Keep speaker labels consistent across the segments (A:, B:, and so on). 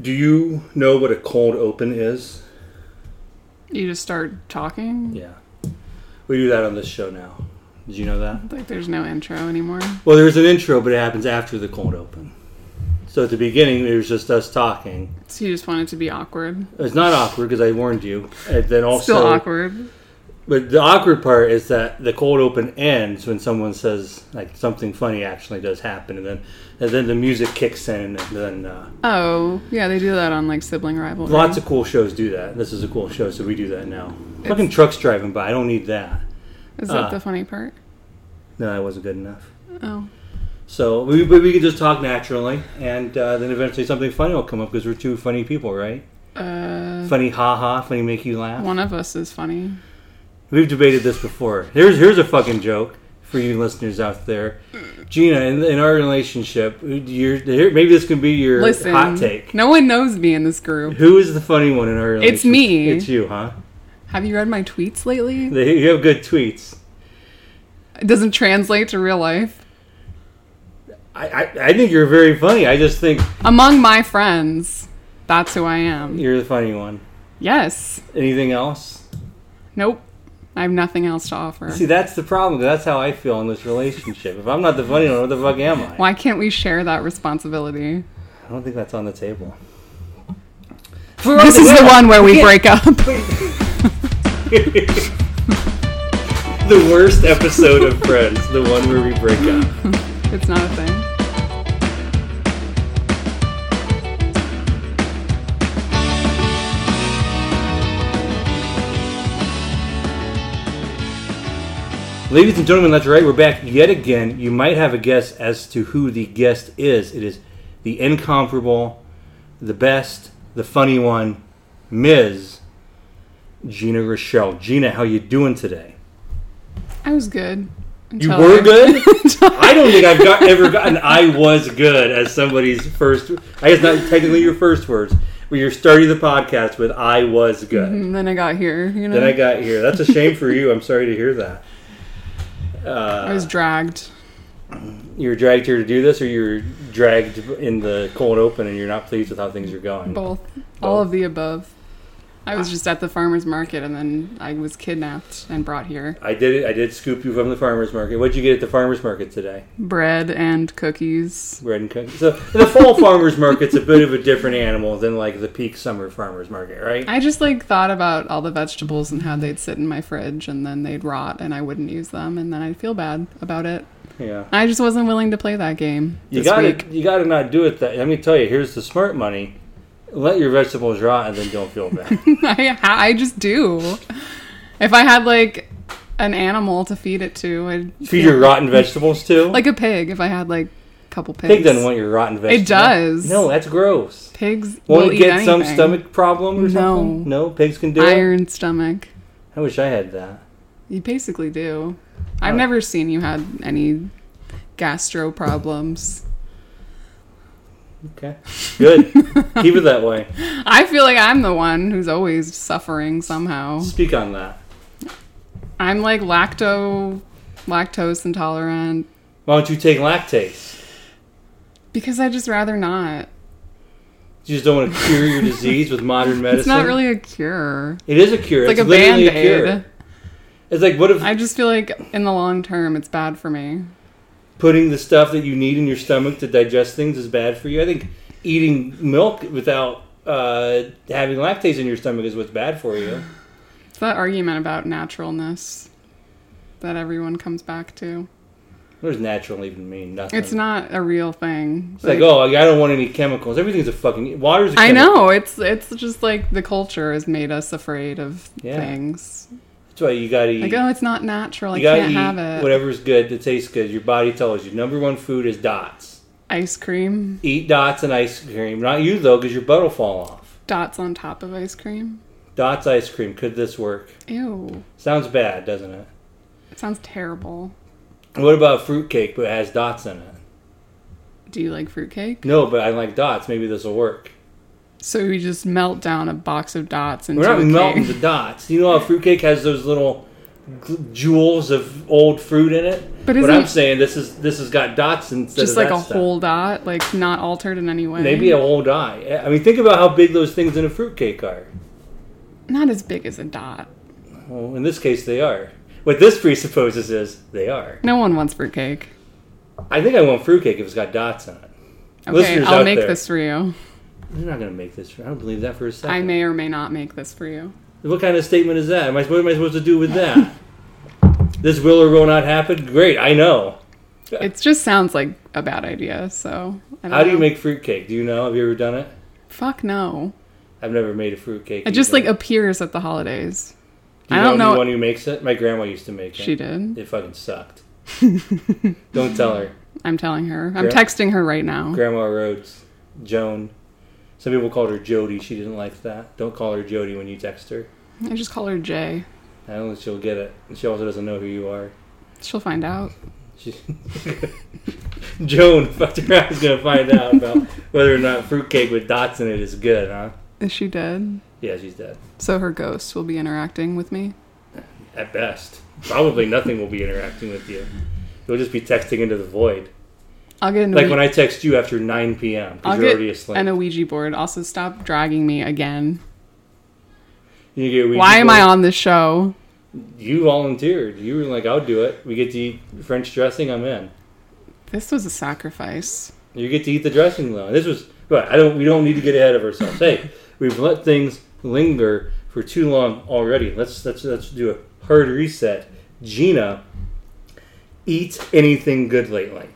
A: Do you know what a cold open is?
B: You just start talking.
A: Yeah. We do that on this show now. Did you know that?
B: Like there's no intro anymore.
A: Well, there's an intro, but it happens after the cold open. So at the beginning, it was just us talking.
B: So you just want it to be awkward.
A: It's not awkward because I warned you. And then also,
B: Still awkward.
A: but the awkward part is that the cold open ends when someone says like something funny actually does happen, and then and then the music kicks in, and then uh,
B: Oh yeah, they do that on like sibling rivalry.
A: lots of cool shows do that. This is a cool show, so we do that now. Fucking trucks driving by. I don't need that.
B: Is that
A: uh,
B: the funny part?
A: No, that wasn't good enough.
B: Oh,
A: So we, but we can just talk naturally, and uh, then eventually something funny will come up because we're two funny people, right?
B: uh,
A: Funny ha ha, funny make you laugh.
B: one of us is funny.
A: We've debated this before. Here's here's a fucking joke for you listeners out there, Gina. In, in our relationship, you're, here, maybe this can be your
B: Listen,
A: hot take.
B: no one knows me in this group.
A: Who is the funny one in our relationship?
B: It's me.
A: It's you, huh?
B: Have you read my tweets lately?
A: They, you have good tweets.
B: It doesn't translate to real life.
A: I, I I think you're very funny. I just think
B: Among my friends, that's who I am.
A: you're the funny one.
B: Yes.
A: Anything else?
B: Nope. I have nothing else to offer.
A: See, that's the problem. That's how I feel in this relationship. If I'm not the funny one, what the fuck am I?
B: Why can't we share that responsibility?
A: I don't think that's on the table.
B: This is the one where we break up.
A: The worst episode of Friends, the one where we break up.
B: it's not a thing.
A: Ladies and gentlemen, that's right. We're back yet again. You might have a guess as to who the guest is. It is the incomparable, the best, the funny one, Ms. Gina Rochelle. Gina, how you doing today?
B: I was good.
A: You
B: until
A: were
B: I-
A: good. I don't think I've got, ever gotten "I was good" as somebody's first. I guess not technically your first words, but you're starting the podcast with "I was good."
B: And then I got here, you know?
A: Then
B: I,
A: I got here. That's a shame for you. I'm sorry to hear that. Uh,
B: was dragged.
A: you were dragged here to do this, or you were dragged in the cold open, and you're not pleased with how things are going.
B: Both. All of the above. I was just at the farmer's market and then I was kidnapped and brought here.
A: I did it. I did scoop you from the farmers market. What'd you get at the farmers market today?
B: Bread and cookies.
A: Bread and cookies. So the fall farmers market's a bit of a different animal than like the peak summer farmers market, right?
B: I just like thought about all the vegetables and how they'd sit in my fridge and then they'd rot and I wouldn't use them and then I'd feel bad about it.
A: Yeah.
B: I just wasn't willing to play that game
A: You
B: this
A: got
B: week.
A: to you got to not do it. That let me tell you. Here's the smart money. Let your vegetables rot, and then don't feel bad.
B: I, ha- I just do. If I had like an animal to feed it to, I'd
A: Feed your rotten vegetables too.
B: like a pig. If I had like a couple pigs,
A: pig doesn't want your rotten vegetables.
B: does.
A: No, that's gross.
B: pigs
A: Won't
B: will
A: it
B: eat
A: get
B: anything.
A: some stomach problem or
B: No.
A: something? No, pigs can do it.
B: iron stomach.
A: I wish I had that.
B: You basically do. I've
A: Oh.
B: never seen you had any gastro problems.
A: Okay, good. Keep it that way.
B: I feel like I'm the one who's always suffering somehow.
A: Speak on that.
B: I'm like lacto lactose intolerant
A: Why don't you take lactase?
B: because I just rather not.
A: You just don't want to cure your disease with modern medicine.
B: It's not really a cure.
A: It is a cure.
B: It's
A: It's,
B: like a
A: literally
B: Band-Aid.
A: a cure. It's like what if
B: I just feel like in the long term, it's bad for me.
A: putting the stuff that you need in your stomach to digest things is bad for you. I think eating milk without uh, having lactase in your stomach is what's bad for you.
B: It's that argument about naturalness that everyone comes back to.
A: What does natural even mean? Nothing.
B: It's not a real thing.
A: It's like, oh, I don't want any chemicals. Everything's a fucking water's. A
B: I
A: chemical.
B: know it's it's just like the culture has made us afraid of
A: Yeah.
B: things.
A: That's why you gotta eat.
B: Like oh, it's not natural. I
A: you gotta
B: can't
A: eat
B: have it.
A: whatever's good that tastes good. Your body tells you. Number one food is dots.
B: Ice cream
A: Eat dots and ice cream. Not you though, because your butt will fall off.
B: dots on top of ice cream.
A: Dots ice cream. Could this work?
B: Ew,
A: Sounds bad, doesn't it?
B: it sounds terrible.
A: What about fruitcake but it has dots in it?
B: Do you like fruitcake?
A: No, but I like dots. Maybe this will work.
B: So you just melt down a box of dots into
A: We're not
B: a
A: melting
B: cake.
A: the dots. You know how fruitcake has those little gl- jewels of old fruit in it.
B: But
A: But I'm
B: isn't-
A: saying this is this has got dots instead
B: Just
A: of
B: like
A: that
B: a
A: stuff.
B: whole dot, like not altered in any way.
A: Maybe a whole die. Eh, I mean, think about how big those things in a fruitcake are.
B: not as big as a dot.
A: Well, in this case, they are. What this presupposes is they are.
B: No one wants fruitcake.
A: I think I want fruitcake if it's got dots on it.
B: Okay,
A: Listeners
B: I'll
A: out
B: make
A: there.
B: this for you.
A: You're not gonna make this. I don't believe that for a second.
B: I may or may not make this for you.
A: What kind of statement is that? Am I, what am I supposed to do with that? this will or will not happen? Great, I know.
B: It just sounds like a bad idea. So I don't
A: How do you
B: know.
A: make fruitcake? Do you know? Have you ever done it?
B: Fuck no.
A: I've never made a fruitcake.
B: It just like
A: either.
B: appears at the holidays.
A: Do you
B: I don't know.
A: anyone who makes it. My grandma used to make it.
B: She did.
A: It fucking sucked. don't tell her.
B: I'm telling her. I'm
A: Gra-
B: texting her right now.
A: Grandma Rhodes, Joan. Some people called her Jody. She didn't like that. Don't call her Jody when you text her.
B: I just call her Jay.
A: I don't think she'll get it. And She also doesn't know who you are.
B: She'll find out.
A: She... Joan fucked around is gonna find out about whether or not fruitcake with dots in it is good, huh?
B: Is she dead?
A: Yeah, she's dead.
B: So her ghost will be interacting with me.
A: At best, probably nothing will be interacting with you. You'll just be texting into the void,
B: I'll get an
A: like
B: Ouija-
A: when I text you after 9 p.m.
B: I'll
A: because you're
B: get
A: already asleep.
B: an Ouija board. Also, stop dragging me again.
A: You get a Ouija
B: Why am I
A: board.
B: on this show?
A: You volunteered. You were like, "I'll do it." We get to eat French dressing. I'm in.
B: This was a sacrifice.
A: You get to eat the dressing though. This was, but I don't. We don't need to get ahead of ourselves. hey, we've let things linger for too long already. Let's let's let's do a hard reset. Gina, eat anything good lately?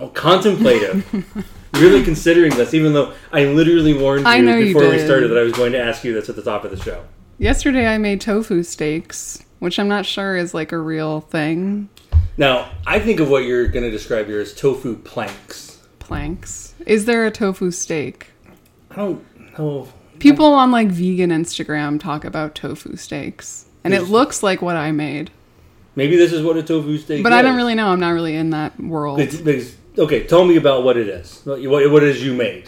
A: Oh, contemplative. really considering this, even though I literally warned
B: I
A: you
B: know you
A: before we
B: did.
A: started that I was going to ask you this at the top of the show.
B: Yesterday, I made tofu steaks, which I'm not sure is like a real thing.
A: Now, I think of what you're going to describe here as tofu planks.
B: Planks. Is there a tofu steak?
A: I don't know.
B: People on like vegan Instagram talk about tofu steaks, and it
A: Yes.
B: looks like what I made.
A: Maybe this is what a tofu steak
B: But
A: is.
B: I don't really know. I'm not really in that world.
A: It's- it's- okay, tell me about what it is. What, what what it is you made?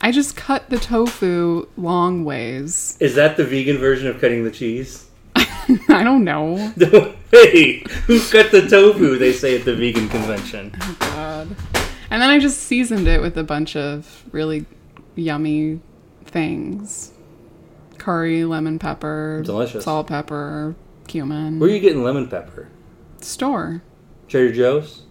B: I just cut the tofu long ways.
A: Is that the vegan version of cutting the cheese?
B: I don't know.
A: hey, who cut the tofu? They say at the vegan convention.
B: God. And then I just seasoned it with a bunch of really yummy things curry, lemon pepper,
A: Delicious.
B: salt, pepper, cumin.
A: Where are you getting lemon pepper?
B: Store.
A: Trader Joe's.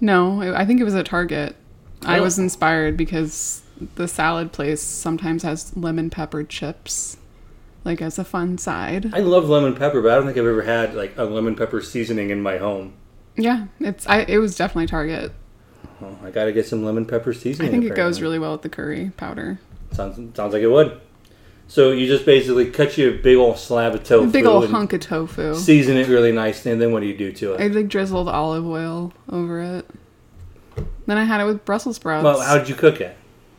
B: No, I I think it was at Target. I
A: Oh.
B: was inspired because the salad place sometimes has lemon pepper chips, like as a fun side.
A: I love lemon pepper, but I don't think I've ever had like a lemon pepper seasoning in my home.
B: Yeah, it's I. It was definitely Target.
A: Oh, I gotta get some lemon pepper seasoning.
B: I think it goes
A: apparently.
B: really well with the curry powder.
A: sounds sounds like it would. So you just basically cut you a big old slab of tofu,
B: A big old
A: and
B: hunk of tofu.
A: season it really nicely, and then what do you do to it?
B: I like drizzled olive oil over it. Then I had it with Brussels sprouts.
A: well, how would you cook it?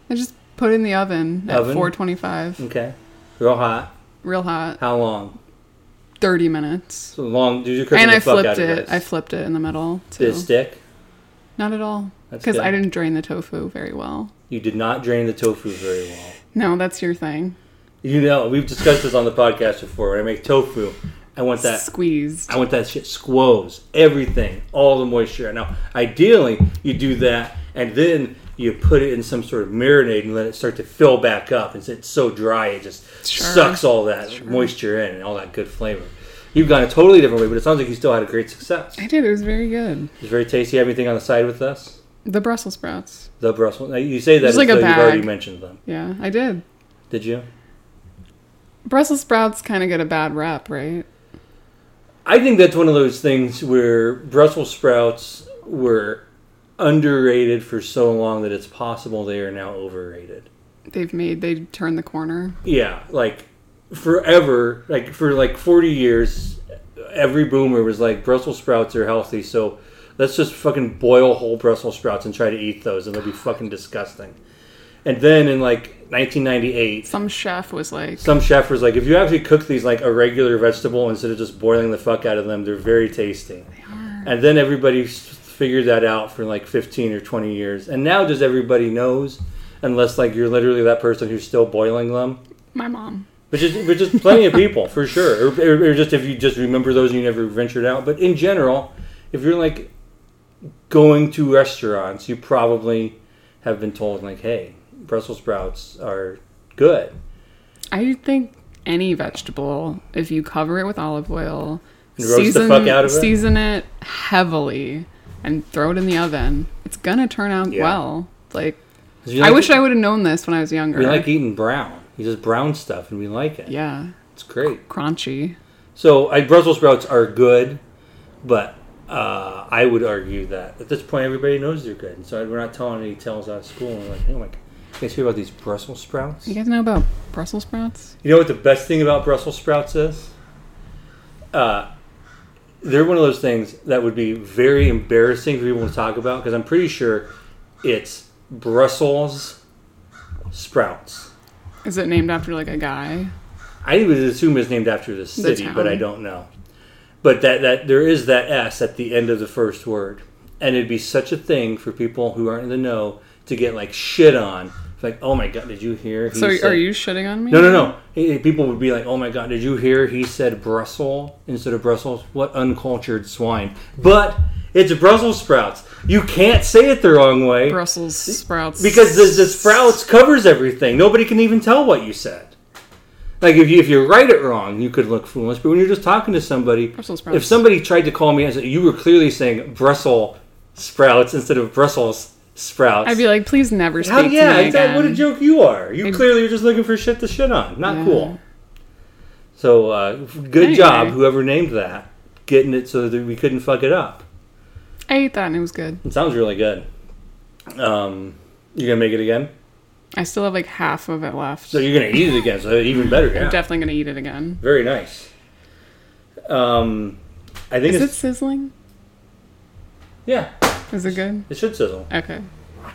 B: I just put it in the oven at
A: Oven? Mm.
B: 425,
A: Okay, real hot.
B: real hot,
A: How long?
B: 30 minutes.
A: So long. Did you cook
B: And
A: the
B: I
A: fuck
B: flipped
A: out of
B: it.
A: this?
B: I flipped it in the middle. Too.
A: Did it stick?
B: Not at all,
A: That's
B: because I
A: good.
B: didn't drain the tofu very well.
A: You did not drain the tofu very well.
B: No, that's your thing.
A: You know, we've discussed this on the podcast before. When I make tofu, I want that.
B: Squeezed.
A: I want that shit squoze everything, all the moisture. Now, ideally, you do that, and then you put it in some sort of marinade and let it start to fill back up. And it's so dry, it just
B: Sure.
A: sucks all that moisture in and all that good flavor. You've gone a totally different way, but it sounds like you still had a great success.
B: I did. It was very good.
A: It's very tasty. Have anything on the side with us?
B: The Brussels sprouts.
A: The Brussels. Now, you say that
B: Just
A: as
B: like
A: though
B: a
A: you've already
B: bag.
A: mentioned them.
B: Yeah, I did.
A: Did you?
B: Brussels sprouts kind of get a bad rap, right?
A: I think that's one of those things where Brussels sprouts were underrated for so long that it's possible they are now overrated.
B: They've made, they turned the corner.
A: Yeah, like forever, like for like 40 years, every boomer was like, Brussels sprouts are healthy, so let's just fucking boil whole Brussels sprouts and try to eat those, and they'll be fucking disgusting. And then in like 1998,
B: Some chef was like,
A: some chef was like, if you actually cook these like a regular vegetable instead of just boiling the fuck out of them, they're very tasty. And then everybody s- figured that out for like 15 or 20 years. And now just everybody knows, unless like you're literally that person who's still boiling them.
B: my mom.
A: But just, but just plenty of people for sure, or, or, or just if you just remember those and you never ventured out. But in general, if you're like going to restaurants, you probably have been told like, "Hey, Brussels sprouts are good."
B: I think any vegetable, if you cover it with olive oil,
A: And roast the fuck out of it?
B: season it heavily, and throw it in the oven, it's gonna turn out
A: Yeah.
B: well. Like,
A: 'Cause you
B: I
A: like-
B: wish I would have known this when I was younger.
A: we like eating brown. He does brown stuff, and we like it.
B: yeah,
A: it's great.
B: crunchy.
A: So I, Brussels sprouts are good, but uh, I would argue that at this point everybody knows they're good, and so we're not telling any tales out of school. And we're like, hey, like, you guys hear about these Brussels sprouts?
B: You guys know about Brussels sprouts?
A: You know what the best thing about Brussels sprouts is? Uh, they're one of those things that would be very embarrassing for people to talk about because I'm pretty sure it's Brussels sprouts.
B: Is it named after like a guy?
A: I would assume it's named after the city, but I
B: town.
A: don't know. But that, that there is that S at the end of the first word. And it'd be such a thing for people who aren't in the know to get like shit on. It's like, oh my god, did you hear? he
B: So are
A: said-"
B: you shitting on me?
A: No, no, no. Hey, People would be like, "Oh my god, did you hear? He said Brussels instead of Brussels. What uncultured swine!" But it's Brussels sprouts. You can't say it the wrong way
B: Brussels sprouts.
A: because the, the sprouts covers everything. Nobody can even tell what you said. Like if you if you write it wrong, you could look foolish. But when you're just talking to somebody,
B: Brussels sprouts.
A: if somebody tried to call me and said you were clearly saying Brussels sprouts instead of Brussels sprouts,
B: I'd be like, please never speak
A: how,
B: to
A: yeah,
B: me
A: exactly.
B: again.
A: What a joke you are. You
B: Maybe-
A: clearly are just looking for shit to shit on. Not
B: Yeah.
A: cool. So, uh, good
B: Anyway.
A: job, whoever named that, getting it so that we couldn't fuck it up.
B: I ate that and it was good.
A: It sounds really good. Um, you're gonna make it again,
B: I still have like half of it left.
A: so you're gonna eat it again. So even better.
B: I'm
A: Yeah,
B: definitely gonna eat it again.
A: very nice. Um, I think
B: Is it
A: it's,
B: sizzling?
A: yeah.
B: Is it good?
A: It should sizzle.
B: Okay.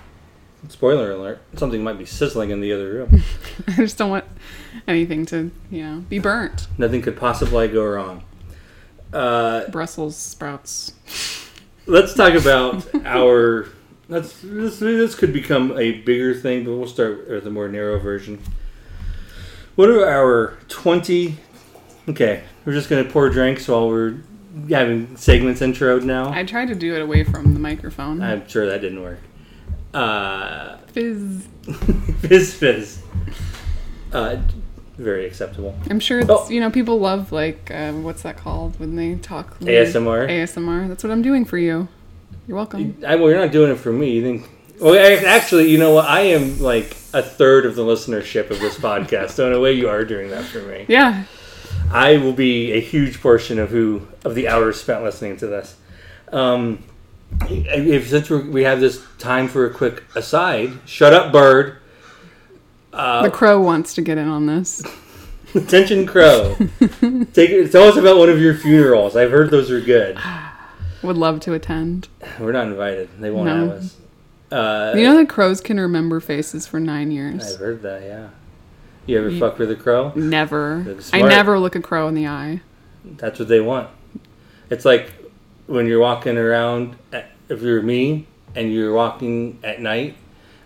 A: Spoiler alert: something might be sizzling in the other room.
B: I just don't want anything to, you know, be burnt.
A: Nothing could possibly go wrong. Uh,
B: Brussels sprouts.
A: let's talk about our let's this, this could become a bigger thing but we'll start with a more narrow version what are our 20 okay we're just going to pour drinks while we're having segments introed now
B: I tried to do it away from the microphone.
A: i'm sure that didn't work uh
B: Fizz.
A: fizz fizz uh very acceptable
B: I'm sure it's,
A: Oh.
B: you know, people love like, uh, what's that called when they talk? weird?
A: asmr
B: ASMR. That's what I'm doing for you. You're welcome.
A: I, well, you're not doing it for me. You think? Well, I, actually, you know what? I am like a third of the listenership of this podcast, so in a way, you are doing that for me.
B: Yeah.
A: I will be a huge portion of who of the hours spent listening to this. Um, if since we're, we have this time for a quick aside, shut up, bird. Uh,
B: the crow wants to get in on this.
A: Attention, crow. Take tell us about one of your funerals. I've heard those are good.
B: Would love to attend.
A: We're not invited. They won't
B: No.
A: have us. Uh,
B: You know that crows can remember faces for nine years.
A: I've heard that. Yeah. You ever fuck with a crow?
B: Never.
A: That's
B: I
A: smart.
B: never look a crow in the eye.
A: That's what they want. It's like when you're walking around, at, if you're me and you're walking at night,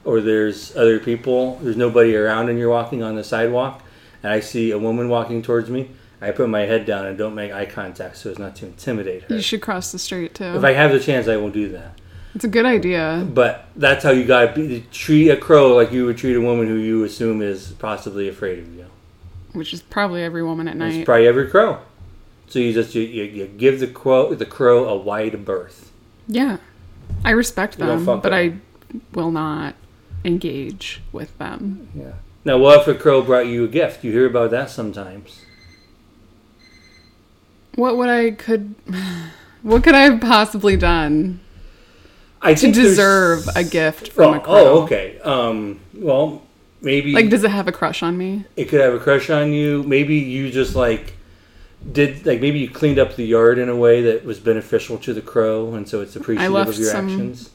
A: or there's other people, there's nobody around, and you're walking on the sidewalk, and I see a woman walking towards me, I put my head down and don't make eye contact so as not to intimidate her.
B: You should cross the street too.
A: If I have the chance, I will do that.
B: it's a good idea.
A: But that's how you gotta be, treat a crow like you would treat a woman who you assume is possibly afraid of you.
B: which is probably every woman at
A: It's
B: night.
A: probably every crow. So you just you, you, you give the crow the crow a wide berth.
B: yeah, I respect
A: You don't
B: them,
A: fuck
B: but
A: with
B: I will not engage with them.
A: Yeah. Now, what if a crow brought you a gift? You hear about that sometimes.
B: What would I could? What could I have possibly done
A: I
B: to
A: think there's-
B: deserve a gift
A: Oh,
B: from a crow?
A: oh, okay. Um, well, maybe
B: Like, does it have a crush on me?
A: it could have a crush on you. Maybe you just like did like maybe you cleaned up the yard in a way that was beneficial to the crow, and so it's appreciative
B: left
A: of your
B: some-
A: actions.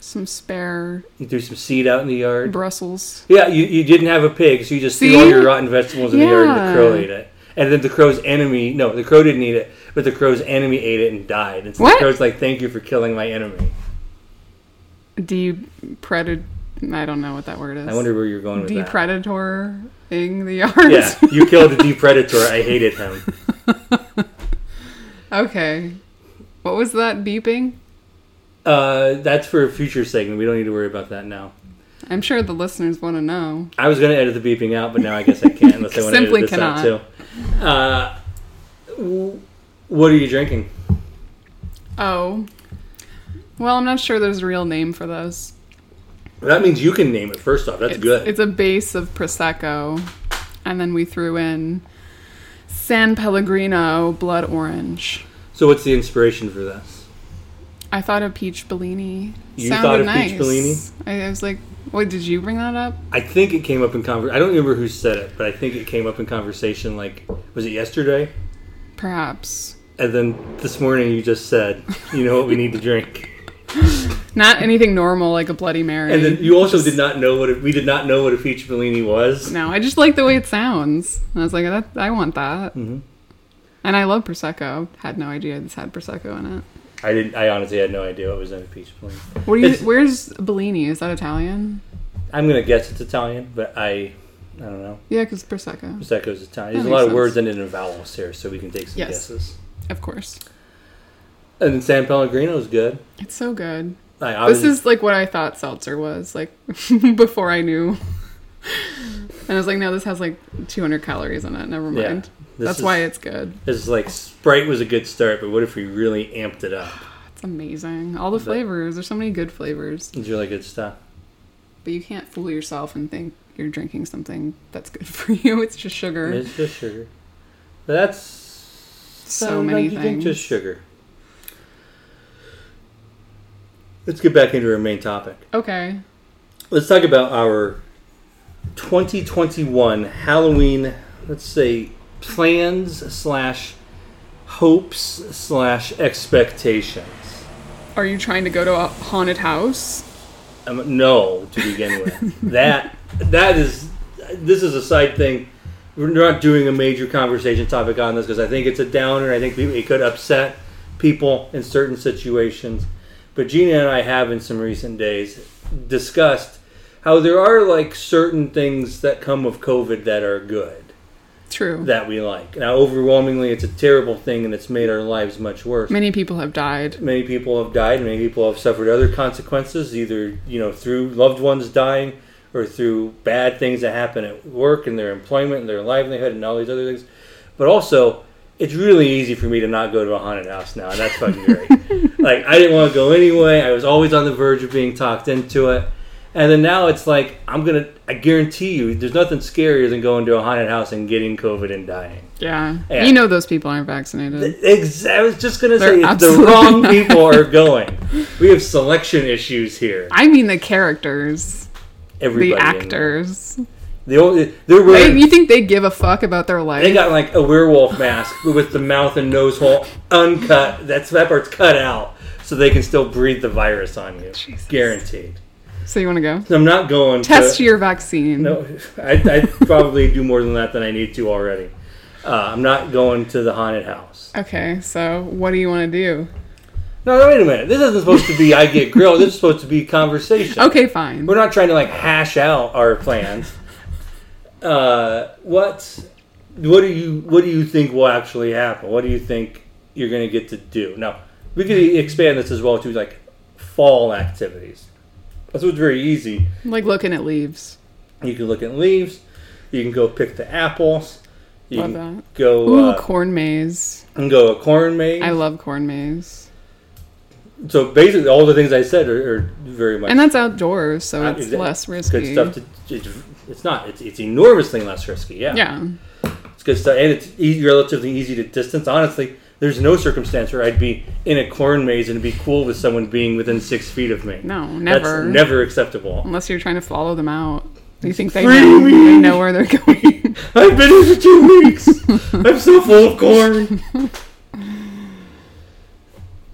B: Some spare
A: You threw some seed out in the yard.
B: Brussels.
A: Yeah, you, you didn't have a pig, so you just
B: See?
A: threw all your rotten vegetables in the yard, and the
B: Yeah.
A: crow ate it. And then the crow's enemy, no, the crow didn't eat it, but the crow's enemy ate it and died. And so
B: What?
A: the crow's like, "Thank you for killing my enemy."
B: Depredatory I don't know what that word is.
A: I wonder where you're going with that.
B: Depredator ing the yard.
A: Yeah, you killed the predator. I hated him.
B: okay. What was that beeping?
A: Uh, that's for a future segment. We don't need to worry about that now.
B: I'm sure the listeners want to know.
A: I was going to edit the beeping out, but now I guess I can't unless I want to
B: Simply
A: edit this out
B: cannot.
A: too. Uh, w- what are you drinking?
B: Oh. Well, I'm not sure there's a real name for this.
A: That means you can name it. First off, that's
B: it's,
A: good.
B: It's a base of Prosecco, and then we threw in San Pellegrino Blood Orange.
A: so, what's the inspiration for this?
B: I thought of peach Bellini.
A: You
B: Sounded
A: thought of
B: nice.
A: peach Bellini?
B: I, I was like, wait, did you bring that up?
A: I think it came up in conversation. I don't remember who said it, but I think it came up in conversation. Like, was it yesterday?
B: Perhaps.
A: And then this morning, you just said, "You know what we need to drink."
B: Not anything normal like a Bloody Mary.
A: And then you also did not know what a, we did not know what a peach Bellini was.
B: No, I just like the way it sounds. And I was like, that, I want that.
A: Mhm.
B: And I love Prosecco. Had no idea this had Prosecco in it.
A: I didn't. I honestly had no idea what was in a peach Bellini.
B: What do you,
A: It's-
B: where's Bellini? Is that Italian?
A: I'm gonna guess it's Italian, but I, I don't know.
B: Yeah, because Prosecco,
A: Prosecco's Italian. There's
B: That
A: a lot
B: makes
A: of words in it and vowels here, so we can take some
B: Yes.
A: guesses.
B: of course.
A: And then San Pellegrino is good.
B: It's so good.
A: I
B: This
A: obviously,
B: is like what I thought seltzer was, like before I knew. and I was like, no, this has like 200 calories in it. Never
A: Yeah,
B: mind.
A: this
B: That's
A: is-
B: why it's good.
A: this is like Sprite was a good start, but what if we really amped it up?
B: It's amazing. All the flavors. There's so many good flavors.
A: It's really good stuff.
B: But you can't fool yourself and think you're drinking something that's good for you. It's just sugar.
A: And it's just sugar. But that's
B: So
A: I
B: many
A: like to drink Just
B: things.
A: sugar. Let's get back into our main topic.
B: Okay.
A: Let's talk about our 2021 Halloween, let's say, plans slash hopes slash expectations.
B: Are you trying to go to a haunted house?
A: Um, no, to begin with. that that is this is a side thing. We're not doing a major conversation topic on this because I think it's a downer. I think it could upset people in certain situations. But Gina and I have in some recent days discussed how there are like certain things that come with COVID that are good
B: True.
A: that we like. Now, overwhelmingly, it's a terrible thing and it's made our lives much worse
B: Many people have died.
A: many people have died many people have suffered other consequences either you know through loved ones dying or through bad things that happen at work and their employment and their livelihood and all these other things but also it's really easy for me to not go to a haunted house now and that's fucking great like i didn't want to go anyway i was always on the verge of being talked into it and then now it's like i'm gonna i guarantee you there's nothing scarier than going to a haunted house and getting covid and dying
B: Yeah.
A: Yeah.
B: You know those people aren't vaccinated.
A: Ex- I was just gonna
B: They're
A: say it's the
B: absolutely
A: wrong
B: not.
A: people are going. We have selection issues here.
B: I mean the characters,
A: Everybody,
B: the
A: in-
B: actors.
A: The only they're
B: They-
A: wearing.
B: you think they give a fuck about their life?
A: They got like a werewolf mask with the mouth and nose hole uncut. That's that part's cut out, so they can still breathe the virus on you.
B: Jesus.
A: Guaranteed.
B: so you want to go?
A: So I'm not going.
B: Test
A: to,
B: your vaccine.
A: No, I, I probably do more than that than I need to already. Uh, I'm not going to the haunted house.
B: Okay, so what do you want to do?
A: No, no, wait a minute. This isn't supposed to be I get grilled. This is supposed to be conversation.
B: Okay, fine.
A: We're not trying to like hash out our plans. Uh, what what do you what do you think will actually happen? What do you think you're going to get to do? Now we could expand this as well to like fall activities. That's what's very easy.
B: Like looking at leaves.
A: You can look at leaves. You can go pick the apples. You
B: Love
A: can
B: that. Ooh,
A: go uh,
B: corn maze.
A: and go a corn maze.
B: I love corn maze.
A: so basically, all the things I said are, are very much
B: And that's outdoors, so
A: Uh,
B: it's
A: exact-
B: less
A: It's
B: risky.
A: good stuff. To, it's, it's not. It's, it's enormously less risky. Yeah.
B: yeah.
A: It's good stuff, and it's easy, relatively easy to distance. Honestly, there's no circumstance where I'd be in a corn maze and be cool with someone being within six feet of me.
B: No, never.
A: That's never acceptable.
B: Unless you're trying to follow them out. You think they
A: Free
B: know,
A: me!
B: they know where they're going.
A: I've been here for two weeks. I'm so full of corn.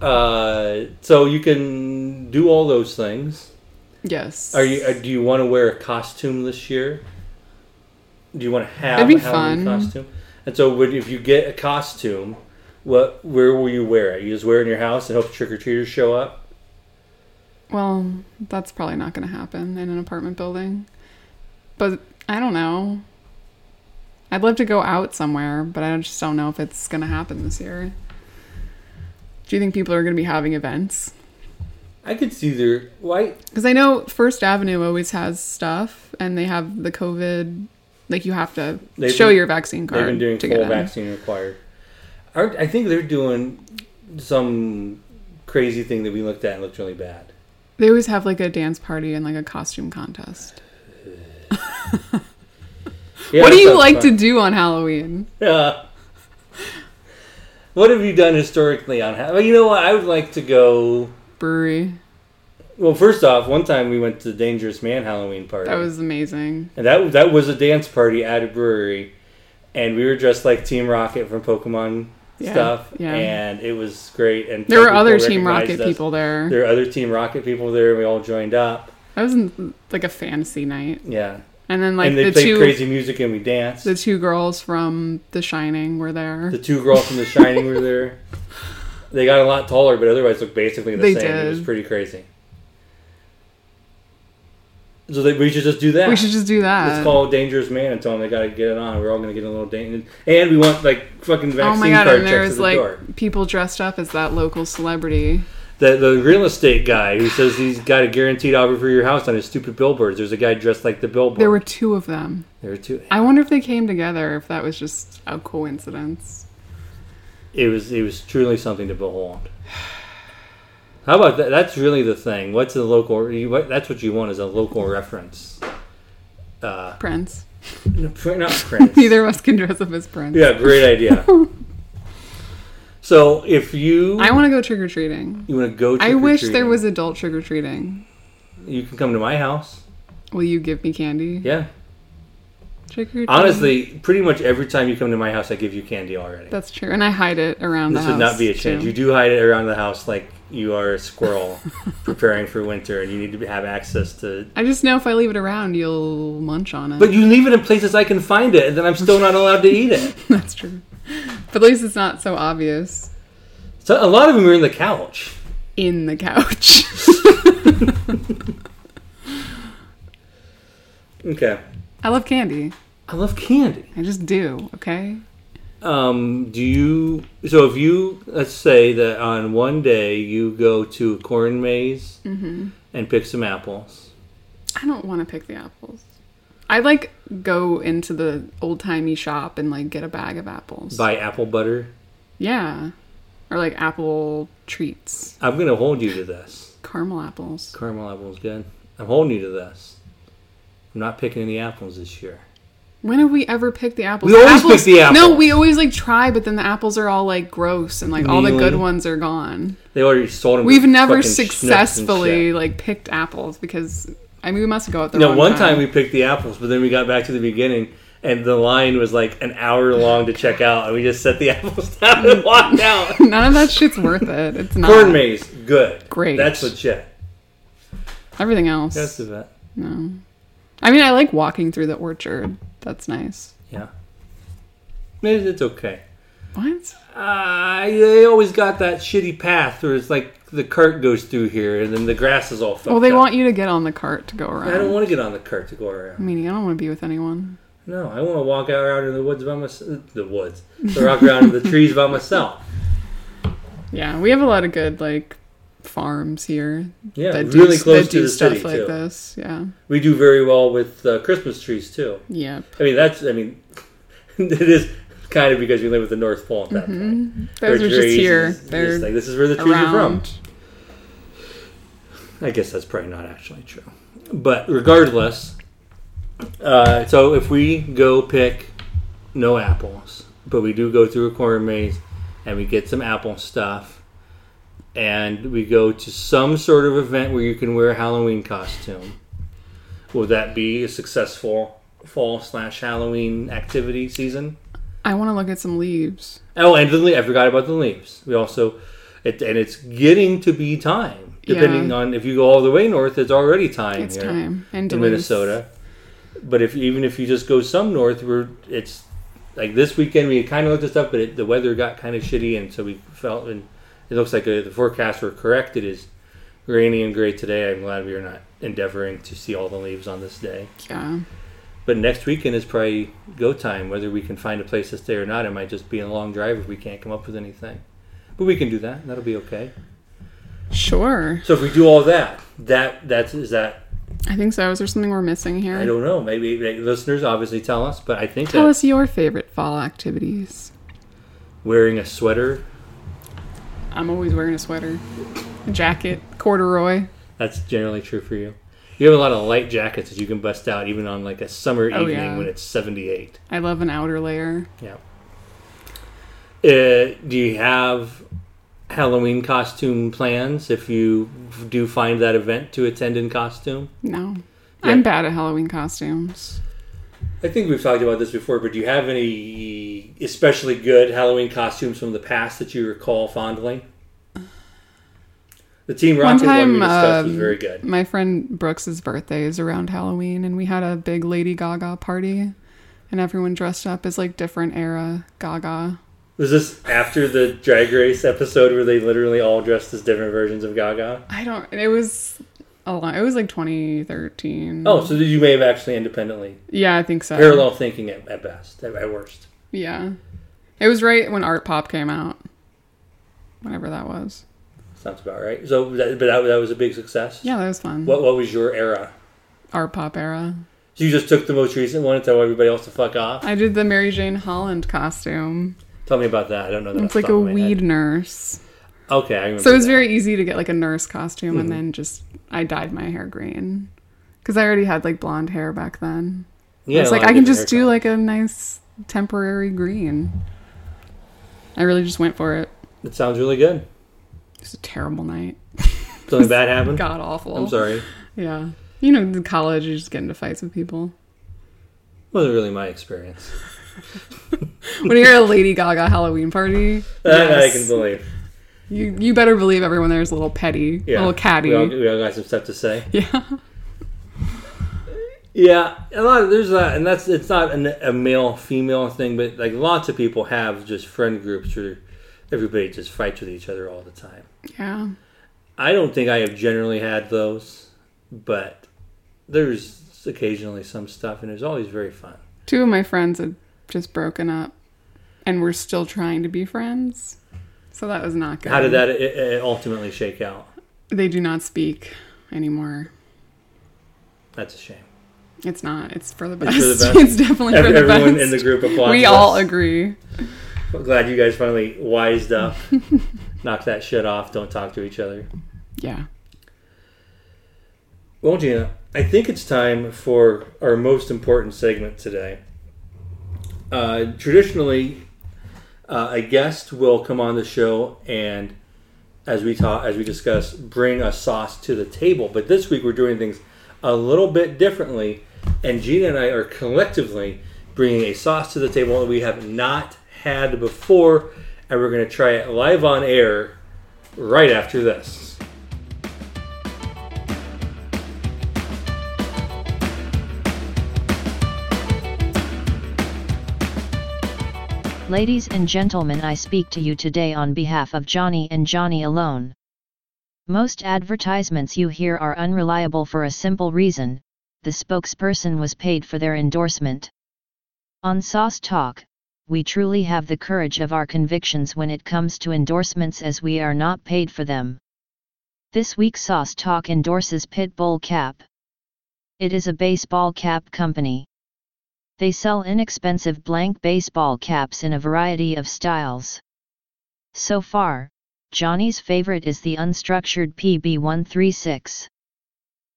A: Uh, so you can do all those things.
B: yes.
A: Are you? Uh, do you want to wear a costume this year? Do you want to have
B: That'd be
A: a Halloween
B: fun.
A: costume? And so, would if you get a costume, what? Where will you wear it? You just wear it in your house and hope trick or treaters show up.
B: Well, that's probably not going to happen in an apartment building. But I don't know. I'd love to go out somewhere, but I just don't know if it's going to happen this year. Do you think people are going to be having events?
A: I could see their why.
B: Because I know First Avenue always has stuff, and they have the COVID. Like you have to
A: They've
B: show
A: been-
B: your vaccine card.
A: They've been doing
B: to
A: full
B: get in.
A: vaccine required. I, I think they're doing some crazy thing that we looked at and looked really bad.
B: They always have like a dance party and like a costume contest.
A: Yeah,
B: what do
A: that
B: you
A: sounds
B: like
A: fun.
B: to do on Halloween?
A: Yeah. What have you done historically on? Ha- Well, you know what? I would like to go.
B: Brewery.
A: Well, first off, one time we went to the Dangerous Man Halloween party.
B: That was amazing.
A: And that that was a dance party at a brewery, and we were dressed like Team Rocket from Pokemon
B: Yeah,
A: stuff,
B: yeah.
A: and it was great. And
B: There were
A: people
B: other Team
A: recognized
B: Rocket
A: us.
B: people there.
A: There were other Team Rocket people there. and We all joined up.
B: That was in, like a fantasy night,
A: Yeah,
B: and then like
A: and they
B: the
A: played
B: two
A: crazy music, and we danced.
B: the two girls from The Shining were there.
A: The two girls from The Shining were there. They got a lot taller, but otherwise looked basically the
B: They
A: same. It was
B: did.
A: pretty crazy. So they, we should just do that.
B: We should just do that.
A: Let's call Dangerous Man and tell them they got to get it on. We're all going to get a little dangerous. And we want, like, fucking vaccine
B: oh my god!
A: card checks at
B: And there's
A: the
B: like
A: door.
B: people dressed up as that local celebrity.
A: The, the real estate guy who says he's got a guaranteed offer for your house on his stupid billboards. There's a guy dressed like the billboard.
B: There were two of them.
A: there were two.
B: I wonder if they came together. If that was just a coincidence.
A: It was, it was truly something to behold. How about that? That's really the thing. What's the local? You, what, that's what you want is a local reference. Uh,
B: Prince.
A: no, pr- not Prince.
B: Neither of us can dress up as Prince.
A: Yeah, great idea. so if you
B: I want to go trick or treating.
A: you want to go,
B: I wish there
A: trick-or-treating,
B: was adult trick or treating.
A: You can come to my house.
B: Will you give me candy?
A: Yeah.
B: Trick or treating.
A: Honestly, pretty much every time you come to my house, I give you candy already.
B: That's true. And I hide it around
A: this
B: the
A: would
B: house.
A: not be a change.
B: too.
A: You do hide it around the house like you are a squirrel preparing for winter, and you need to have access to.
B: I just know if I leave it around, you'll munch on it.
A: But you leave it in places I can find it, and then I'm still not allowed to eat it.
B: That's true. But at least it's not so obvious
A: So a lot of them are in the couch.
B: in the couch.
A: Okay.
B: I love candy.
A: I love candy.
B: I just do, okay?
A: Um, do you? So if you let's say that on one day you go to a corn maze
B: Mm-hmm.
A: and pick some apples.
B: I don't want to pick the apples. I like go into the old timey shop and like get a bag of apples.
A: Buy apple butter.
B: yeah. Or like apple treats,
A: I'm gonna hold you to this.
B: caramel apples.
A: Caramel apple's good. I'm holding you to this. I'm not picking any apples this year.
B: When have we ever picked the apples?
A: We always pick
B: apples,
A: the apples.
B: No, we always like try, but then the apples are all like gross and like all the
A: Mealy.
B: good ones are gone.
A: They already sold them.
B: We've never successfully like picked apples because I mean we must go out the
A: No,
B: wrong
A: one time we picked the apples, but then we got back to the beginning, and the line was like an hour long to check out, and we just set the apples down and walked out.
B: None of that shit's worth it. It's not
A: Corn maze, good,
B: Great.
A: That's legit.
B: everything else.
A: That's the vet.
B: no, I mean I like walking through the orchard. That's nice.
A: Yeah, It- it's okay.
B: What?
A: Uh, they always got that shitty path where it's like the cart goes through here, and then the grass is all fucked
B: Well, they
A: up.
B: want you to get on the cart to go around.
A: I don't want to get on the cart to go around.
B: Meaning I don't want to be with anyone.
A: No, I want to walk out, out in the woods by myself. The woods. To walk around in the trees by myself.
B: Yeah, we have a lot of good like farms here
A: Yeah,
B: that do
A: really
B: that
A: close
B: do
A: to the
B: stuff
A: city
B: like
A: too.
B: this. Yeah.
A: We do very well with uh, Christmas trees too.
B: Yep.
A: I mean, that's. I mean, it is kind of because we live at the North Pole at that
B: Mm-hmm.
A: point.
B: Those
A: Their
B: are just
A: trees
B: here.
A: is- is
B: They're
A: like, this is where the trees are from.
B: around.
A: I guess that's probably not actually true. But regardless, uh, so if we go pick no apples, but we do go through a corn maze and we get some apple stuff, and we go to some sort of event where you can wear a Halloween costume, will that be a successful fall slash Halloween activity season?
B: I want to look at some leaves.
A: Oh, and the le- I forgot about the leaves. We also, it, and it's getting to be time. Depending
B: Yeah.
A: on if you go all the way north, it's already time
B: It's
A: here
B: time. And
A: in
B: Duluth.
A: Minnesota. But if even if you just go some north, we're it's like this weekend we kind of looked at stuff, but it, the weather got kind of shitty, and so we felt and it looks like uh the forecast were correct. It is Rainy and gray today. I'm glad we are not endeavoring to see all the leaves on this day.
B: Yeah.
A: But next weekend is probably go time. Whether we can find a place to stay or not, it might just be a long drive if we can't come up with anything. But we can do that. That'll be okay.
B: Sure.
A: So if we do all that, that that's is that
B: I think so. Is there something we're missing here?
A: I don't know. Maybe, maybe listeners obviously tell us, but I think
B: Tell
A: that
B: us your favorite fall activities.
A: wearing a sweater
B: I'm always wearing a sweater, a jacket, corduroy.
A: that's generally true for you. You have a lot of light jackets that you can bust out even on like a summer
B: Oh,
A: evening
B: yeah.
A: when it's 78.
B: I love an outer layer.
A: Yeah. Uh, do you have Halloween costume plans if you do find that event to attend in costume?
B: No.
A: Yeah.
B: I'm bad at Halloween costumes.
A: I think we've talked about this before, but do you have any especially good Halloween costumes from the past that you recall fondly? The Team Rocket one, we
B: time,
A: discussed was
B: um,
A: very good.
B: My friend Brooks's birthday is around Halloween, and we had a big Lady Gaga party, and everyone dressed up as like different era Gaga.
A: Was this after the Drag Race episode where they literally all dressed as different versions of Gaga?
B: I don't. It was a lot. It was like 2013.
A: Oh, so you may have actually independently
B: yeah, I think so.
A: parallel thinking at, at best, at, at worst.
B: Yeah, it was right when Art Pop came out. Whenever that was.
A: Sounds about right. So, that, but that, that was a big success.
B: Yeah, that was fun.
A: What What was your era?
B: Art Pop era.
A: So you just took the most recent one and tell everybody else to fuck off.
B: I did the Mary Jane Holland costume.
A: Tell me about that. I don't know. That off
B: It's
A: the
B: like
A: top
B: a
A: of my head.
B: weed nurse.
A: Okay, I remember.
B: So it was
A: that. Mm-hmm.
B: very easy to get like a nurse costume and then just I dyed my hair green because I already had like blonde hair back then.
A: Yeah,
B: I was
A: a
B: like,
A: lot
B: I
A: of
B: can
A: different
B: just do
A: haircuts.
B: like a nice temporary green. I really just went for it.
A: It sounds really good.
B: It was a terrible night.
A: Something bad happened.
B: God awful.
A: I'm sorry.
B: Yeah. You know, in college, you just get into fights with people.
A: Wasn't really my experience.
B: When you're at a Lady Gaga Halloween party,
A: That I
B: yes.
A: can believe.
B: you, you better believe everyone there is a little petty,
A: Yeah,
B: a little catty.
A: We all, we all got some stuff to say.
B: yeah.
A: Yeah, a lot of there's that, and that's it's not an, a male female thing, but like lots of people have just friend groups where everybody just fights with each other all the time.
B: Yeah.
A: I don't think I have generally had those, but there's occasionally some stuff, and it's always very fun.
B: Two of my friends had just broken up, and we're still trying to be friends. So that was not good.
A: How did that uh, uh, ultimately shake out?
B: They do not speak anymore.
A: That's a shame.
B: It's not. It's for the
A: It's
B: best.
A: for the
B: It's,
A: best.
B: definitely
A: Ev-
B: for the
A: everyone
B: best.
A: in the group applauds.
B: we
A: this.
B: all agree.
A: I'm glad you guys finally wised up, knocked that shit off. Don't talk to each other.
B: Yeah.
A: Well, Gina, I think it's time for our most important segment today. Uh, traditionally, uh, a guest will come on the show and, as we talk, as we discuss, bring a sauce to the table. But this week, we're doing things a little bit differently, and Gina and I are collectively bringing a sauce to the table that we have not had before, and we're going to try it live on air right after this.
C: Ladies and gentlemen, I speak to you today on behalf of Johnny and Johnny alone. Most advertisements you hear are unreliable for a simple reason the spokesperson was paid for their endorsement. On Sauce Talk, we truly have the courage of our convictions when it comes to endorsements as we are not paid for them. This week, Sauce Talk endorses Pitbull Cap. It is a baseball cap company. They sell inexpensive blank baseball caps in a variety of styles. So far, Johnny's favorite is the unstructured PB136.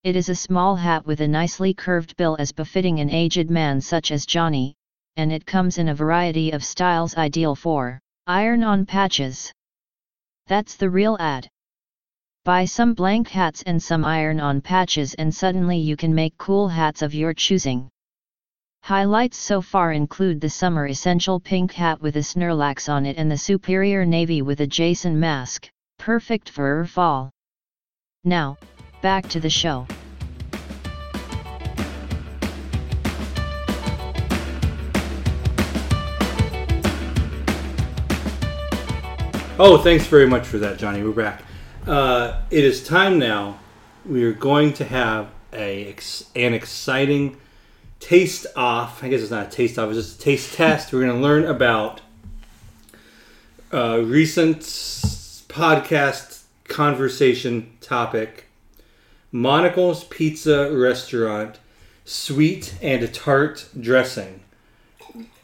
C: It is a small hat with a nicely curved bill as befitting an aged man such as Johnny, and it comes in a variety of styles ideal for iron on patches. That's the real ad. Buy some blank hats and some iron on patches, and suddenly you can make cool hats of your choosing. Highlights so far include the summer essential pink hat with a Snorlax on it and the superior navy with a Jason mask, perfect for fall. Now, back to the show.
A: Oh, thanks very much for that, Johnny. We're back. Uh, it is time now. We are going to have a ex- an exciting taste off. I guess it's not a taste off; it's just a taste test. We're going to learn about uh, recent s- podcast conversation topic: Monocle's Pizza Restaurant sweet and tart dressing.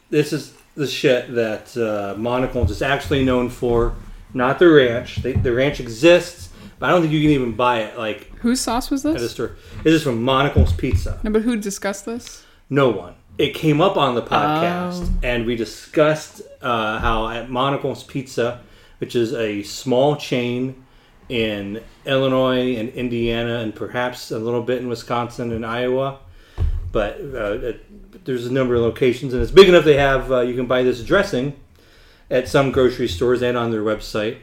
A: This is the shit that uh, Monocle's is actually known for, not the ranch. They, the ranch exists, but I don't think you can even buy it like
B: Whose sauce was
A: at a
B: this?
A: store. This is from Monocle's Pizza.
B: No, but who discussed this?
A: No one. It came up on the podcast, and we discussed uh, how at Monocle's Pizza, which is a small chain in Illinois and Indiana, and perhaps a little bit in Wisconsin and Iowa, but uh, it, there's a number of locations, and it's big enough they have uh, you can buy this dressing at some grocery stores and on their website.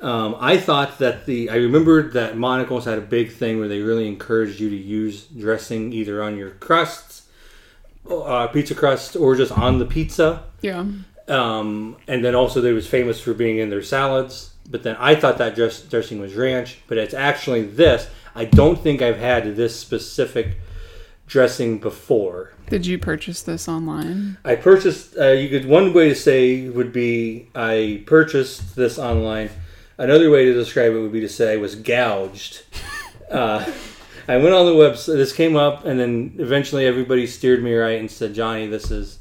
A: Um, I thought that the I remembered that Monocle's had a big thing where they really encouraged you to use dressing either on your crusts, uh, pizza crust, or just on the pizza.
B: Yeah.
A: Um, and then also they was famous for being in their salads. But then I thought that dress, dressing was ranch, but it's actually this. I don't think I've had this specific dressing before.
B: Did you purchase this online?
A: I purchased. Uh, you could one way to say would be I purchased this online. Another way to describe it would be to say I was gouged. uh, I went on the website. This came up, and then eventually everybody steered me right and said, "Johnny, this is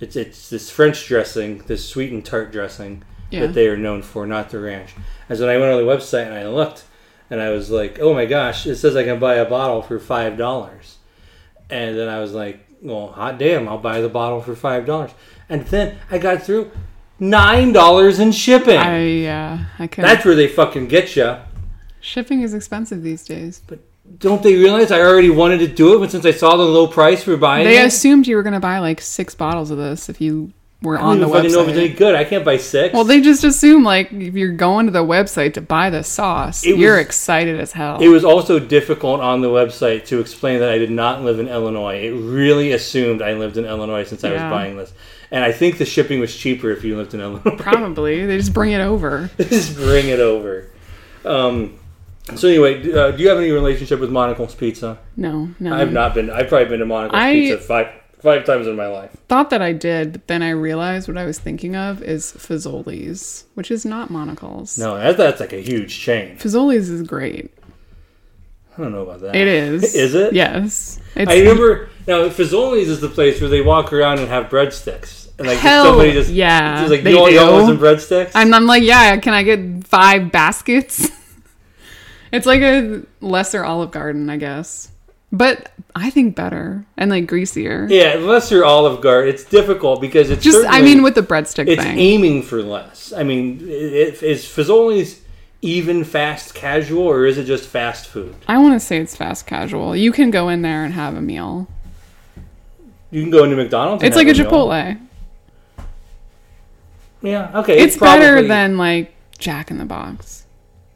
A: it's it's this French dressing, this sweet and tart dressing
B: Yeah.
A: that they are known for, not the ranch." And so I went on the website and I looked, and I was like, "Oh my gosh! It says I can buy a bottle for five dollars." And then I was like, well, hot damn, I'll buy the bottle for five dollars. And then I got through nine dollars in shipping.
B: I uh, I can.
A: That's where they fucking get you.
B: Shipping is expensive these days. But
A: Don't they realize I already wanted to do it, but since I saw the low price for buying
B: they
A: it,
B: assumed you were going to buy like six bottles of this if you were
A: I
B: on
A: don't
B: the
A: even fucking know if it's any
B: website.
A: good. I can't buy six.
B: Well, they just assume like if you're going to the website to buy the sauce,
A: It
B: you're
A: was-
B: excited as hell.
A: It was also difficult on the website to explain that I did not live in Illinois. It really assumed I lived in Illinois since I was
B: Yeah.
A: buying this. And I think the shipping was cheaper if you lived in Illinois.
B: Probably they just bring it over.
A: just bring it over. Um, so anyway, d- uh, do you have any relationship with Monocle's Pizza?
B: No, no.
A: I've not been. I've probably been to Monocle's
B: Mm. I-
A: Pizza five five times in my life.
B: thought that I did, but then I realized what I was thinking of is Fazoli's, which is not monocles.
A: No, that, that's like a huge change.
B: Fazoli's is great.
A: I don't know about that.
B: It is.
A: Is it?
B: Yes. It's
A: I remember now. Fazoli's is the place where they walk around and have breadsticks, and like
B: Hell
A: somebody just
B: yeah,
A: just like
B: they
A: you want
B: do.
A: y'all want some breadsticks.
B: I'm, I'm like, yeah, can I get five baskets? it's like a lesser Olive Garden, I guess. But I think better and like greasier.
A: yeah, lesser Olive Garden. It's difficult because it's
B: Just, I
A: certainly-
B: mean, with the breadstick
A: it's
B: thing.
A: aiming for less. I mean, i- i- is Fazoli's even fast casual or is it just fast food?
B: I want to say it's fast casual. You can go in there and have a meal.
A: You can go into McDonald's. and
B: It's like a
A: have meal.
B: Chipotle.
A: Yeah. Okay.
B: It's, better
A: probably-
B: than like Jack in the Box.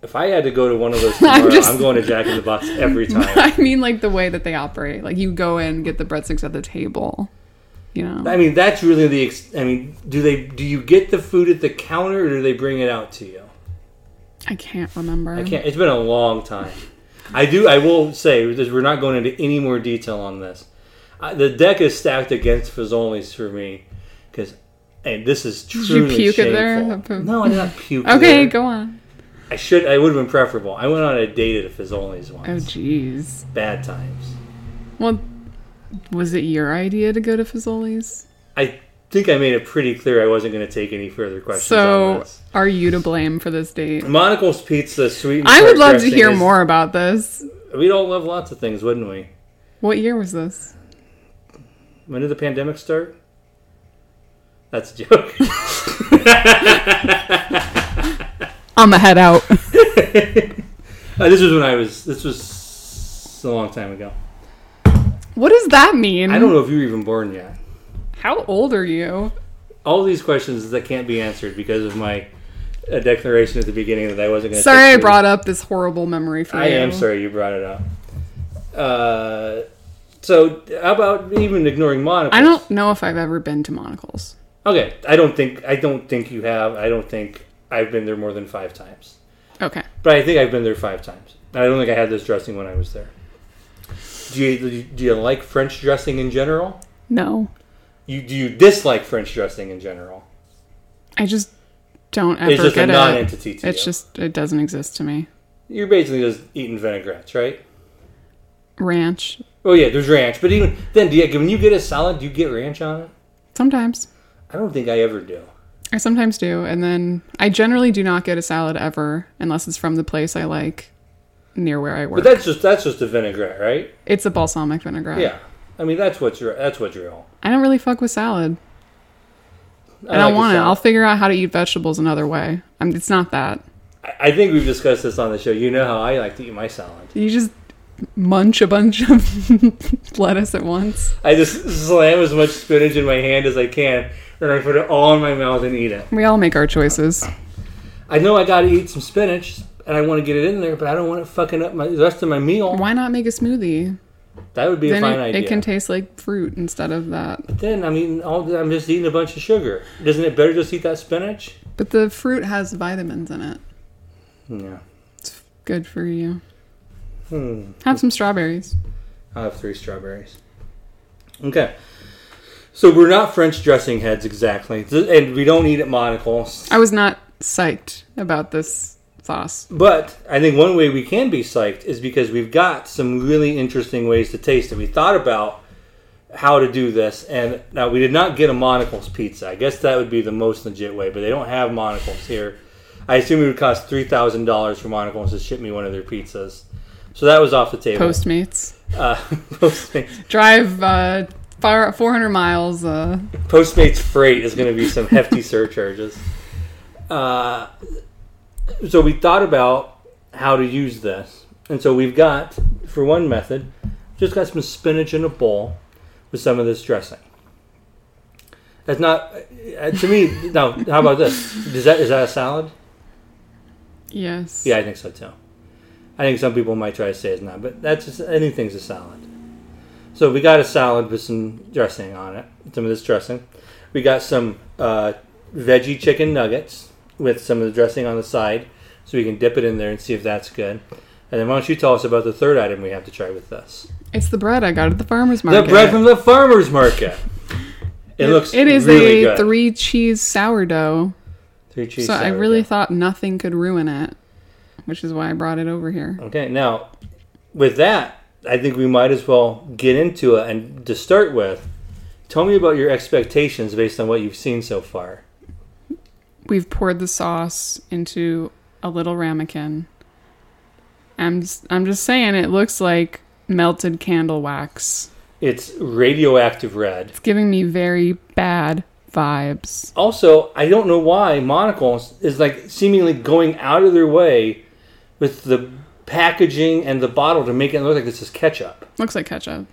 A: If I had to go to one of those tomorrow, I'm,
B: just-
A: going to Jack in the Box every time.
B: I mean, like the way that they operate. Like you go in, get the breadsticks at the table. You know,
A: I mean, that's really the. Ex- I mean, do they? Do you get the food at the counter, or do they bring it out to you?
B: I can't remember.
A: I can't. It's been a long time. I do. I will say this, we're not going into any more detail on this. I, the deck is stacked against Fazoli's for me because, and this is truly
B: puke
A: shameful.
B: it there? The poop?
A: No, I did not puke.
B: Okay,
A: there.
B: go on.
A: I should. I would have been preferable. I went on a date at a Fazoli's
B: Oh,
A: once.
B: jeez.
A: Bad times.
B: Well, was it your idea to go to Fazoli's?
A: I think I made it pretty clear I wasn't going to take any further questions. on
B: So,
A: this.
B: are you to blame for this date?
A: Monocle's Pizza Sweet. and
B: I
A: tart
B: would love to
A: dressing
B: hear
A: is-
B: more about this.
A: We'd all love lots of things, wouldn't we?
B: What year was this?
A: When did the pandemic start? That's a joke. Uh,
B: I'm a head out.
A: Uh, this was when I was. This was a long time ago.
B: what does that mean?
A: I don't know if you were even born yet.
B: How old are you?
A: All these questions that can't be answered because of my uh, declaration at the beginning that I wasn't going to.
B: Sorry, I brought up this horrible memory for
A: I
B: you.
A: am sorry you brought it up. Uh, so how about even ignoring monocles?
B: I don't know if I've ever been to Monocles.
A: Okay, I don't think I don't think you have. I don't think I've been there more than five times.
B: Okay.
A: But I think I've been there five times. I don't think I had this dressing when I was there. Do you do you like French dressing in general?
B: No.
A: You do you dislike French dressing in general?
B: I just don't ever
A: it's just a
B: get it.
A: non-entity to
B: It's
A: you.
B: just it doesn't exist to me.
A: You're basically just eating vinaigrettes, right?
B: Ranch
A: Oh yeah, there's ranch, but even then, do you, when you get a salad, do you get ranch on it?
B: sometimes.
A: I don't think I ever do.
B: I sometimes do, and then I generally do not get a salad ever unless it's from the place I like near where I work.
A: But that's just that's just a vinaigrette, right?
B: it's a balsamic vinaigrette.
A: Yeah. I mean that's what's re- that's what's real.
B: I don't really fuck with salad. I,
A: like
B: don't
A: a
B: want it.
A: salad.
B: I'll figure out how to eat vegetables another way. i mean, it's not that.
A: I- I think we've discussed this on the show. You know how I like to eat my salad.
B: You just munch a bunch of lettuce at once.
A: I just slam as much spinach in my hand as I can, and I put it all in my mouth and eat it.
B: We all make our choices.
A: I know I got to eat some spinach, and I want to get it in there, but I don't want it fucking up my the rest of my meal.
B: Why not make a smoothie?
A: That would be
B: Then
A: a fine
B: it,
A: idea.
B: it can taste like fruit instead of that.
A: then I mean, all I'm just eating a bunch of sugar. Isn't it better just eat that spinach?
B: But the fruit has vitamins in it.
A: Yeah.
B: It's good for you.
A: Hmm.
B: Have some strawberries.
A: I'll have three strawberries. Okay. So we're not French dressing heads exactly, Th- and we don't eat at Monocles.
B: I was not psyched about this sauce.
A: But I think one way we can be psyched is because we've got some really interesting ways to taste it. We thought about how to do this, and now we did not get a Monocles pizza. I guess that would be the most legit way, but they don't have Monocles here. I assume it would cost three thousand dollars for Monocles to ship me one of their pizzas. So that was off the table.
B: Postmates.
A: Uh, Postmates.
B: Drive uh, far, 400 miles. Uh,
A: Postmates freight is going to be some hefty surcharges. Uh, so we thought about how to use this, and so we've got for one method, just got some spinach in a bowl with some of this dressing. That's not uh, to me. Now, how about this? Is that is that a salad?
B: yes.
A: Yeah, I think so too. I think some people might try to say it's not, but that's just, anything's a salad. So we got a salad with some dressing on it, some of this dressing. We got some uh, veggie chicken nuggets with some of the dressing on the side, so we can dip it in there and see if that's good. And then why don't you tell us about the third item we have to try with this?
B: It's the bread I got at the farmer's market.
A: The bread from the farmer's market. It, looks
B: It is
A: really
B: a
A: good.
B: three cheese sourdough.
A: Three cheese.
B: so I
A: sourdough.
B: really thought nothing could ruin it, which is why I brought it over here.
A: Okay, now with that, I think we might as well get into it. And to start with, tell me about your expectations based on what you've seen so far.
B: We've poured the sauce into a little ramekin. I'm just, I'm just saying it looks like melted candle wax.
A: It's radioactive red.
B: It's giving me very bad vibes.
A: Also, I don't know why Monocles is like seemingly going out of their way with the packaging and the bottle to make it look like this is ketchup.
B: Looks like ketchup.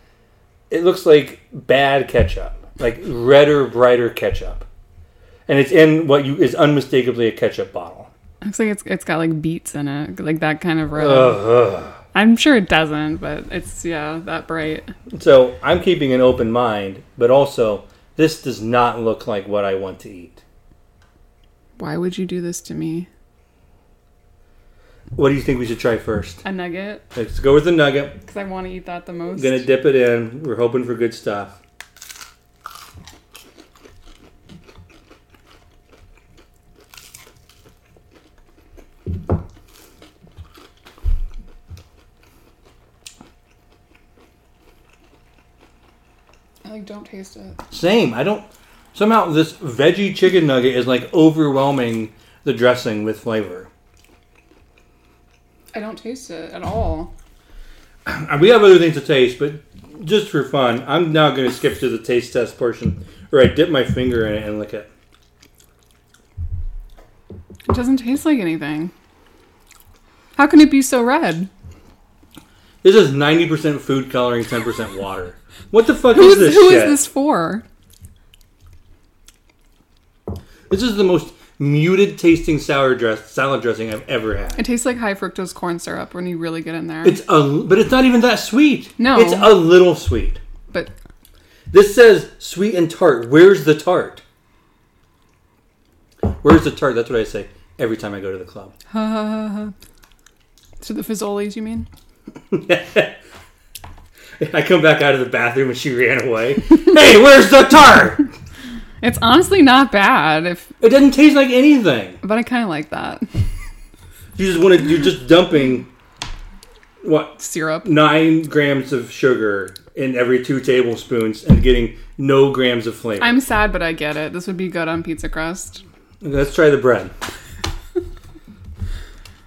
A: It looks like bad ketchup, like redder, brighter ketchup, and it's in what you is unmistakably a ketchup bottle.
B: Looks like it's it's got like beets in it, like that kind of red.
A: Ugh.
B: I'm sure it doesn't, but it's yeah, that bright.
A: So I'm keeping an open mind, but also this does not look like what I want to eat.
B: Why would you do this to me?
A: What do you think we should try first?
B: A nugget?
A: Let's go with the nugget.
B: Because I want to eat that the
A: I'm
B: most.
A: gonna dip it in. We're hoping for good stuff.
B: I like don't taste it.
A: Same. I don't. Somehow this veggie chicken nugget is like overwhelming the dressing with flavor.
B: I don't taste it at all.
A: Uh, We have other things to taste, but just for fun, I'm now gonna skip to the taste test portion where I dip my finger in it and lick it.
B: It doesn't taste like anything. How can it be so red?
A: This is 90% food coloring, 10% water. What the fuck
B: Who's
A: is this
B: who is
A: shit?
B: this for?
A: This is the most muted tasting sour dress salad dressing I've ever had.
B: It tastes like high fructose corn syrup when you really get in there.
A: It's a but it's not even that sweet.
B: No.
A: it's a little sweet.
B: but
A: This says sweet and tart. Where's the tart? Where's the tart? That's what I say. every time I go to the club.
B: Ha, ha, ha, ha. So uh, the Fazoli's, you mean?
A: I come back out of the bathroom and she ran away. hey, where's the tart?
B: It's honestly not bad, if
A: It doesn't taste like anything.
B: but I kind of like that
A: You just want to. You're just dumping what
B: syrup.
A: nine grams of sugar in every two tablespoons and getting no grams of flavor.
B: I'm sad, but I get it. This would be good on pizza crust.
A: Let's try the bread.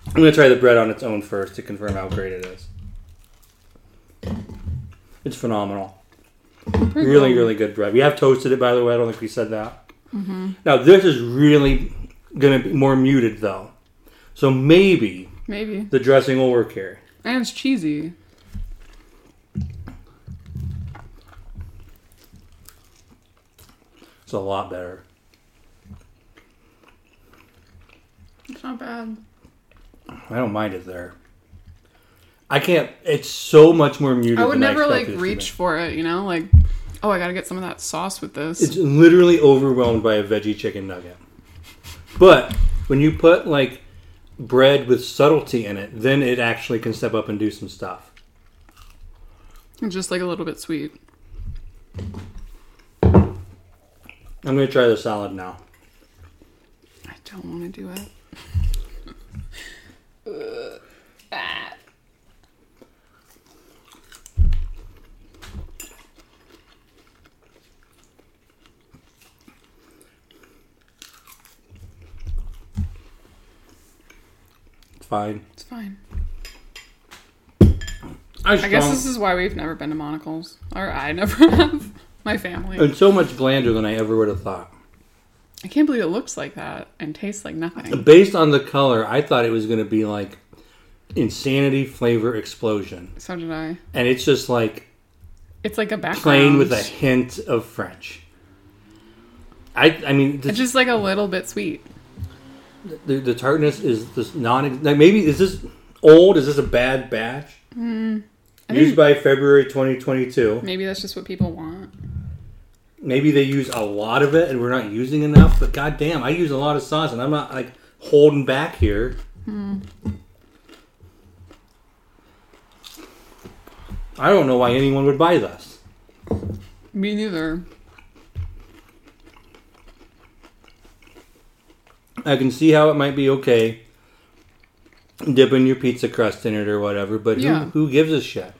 A: I'm gonna try the bread on its own first to confirm how great it is. It's phenomenal. Really, really good bread. We have toasted it, by the way. I don't think we said that.
B: Mm-hmm.
A: Now this is really gonna be more muted though, so maybe
B: Maybe.
A: the dressing will work here.
B: And it's cheesy.
A: It's a lot better.
B: It's not bad.
A: I don't mind it there. I can't. It's so much more muted.
B: I would
A: than
B: never like
A: expected it to be.
B: reach for it, you know, like oh, I gotta get some of that sauce with this.
A: It's literally overwhelmed by a veggie chicken nugget. But when you put like bread with subtlety in it, then it actually can step up and do some stuff.
B: It's just like a little bit sweet.
A: I'm gonna try the salad now.
B: I don't want to do it.
A: It's fine.
B: It's fine.
A: I,
B: I guess this is why we've never been to Monocles, or I never have. My family.
A: it's so much blander than I ever would have thought.
B: I can't believe it looks like that and tastes like nothing.
A: Based on the color, I thought it was gonna be like insanity flavor explosion,
B: So did I.
A: and it's just like
B: It's like a background.
A: plain with a hint of French. I I mean, this
B: It's just like a little bit sweet.
A: the, the tartness is this non like maybe is this old is this a bad batch
B: Mm.
A: used by february 2022
B: Maybe that's just what people want.
A: maybe they use a lot of it and we're not using enough but goddamn i use a lot of sauce and i'm not like holding back here
B: Hmm.
A: i don't know why anyone would buy this
B: Me neither.
A: i can see how it might be okay dipping your pizza crust in it or whatever but
B: Yeah.
A: who, who gives a shit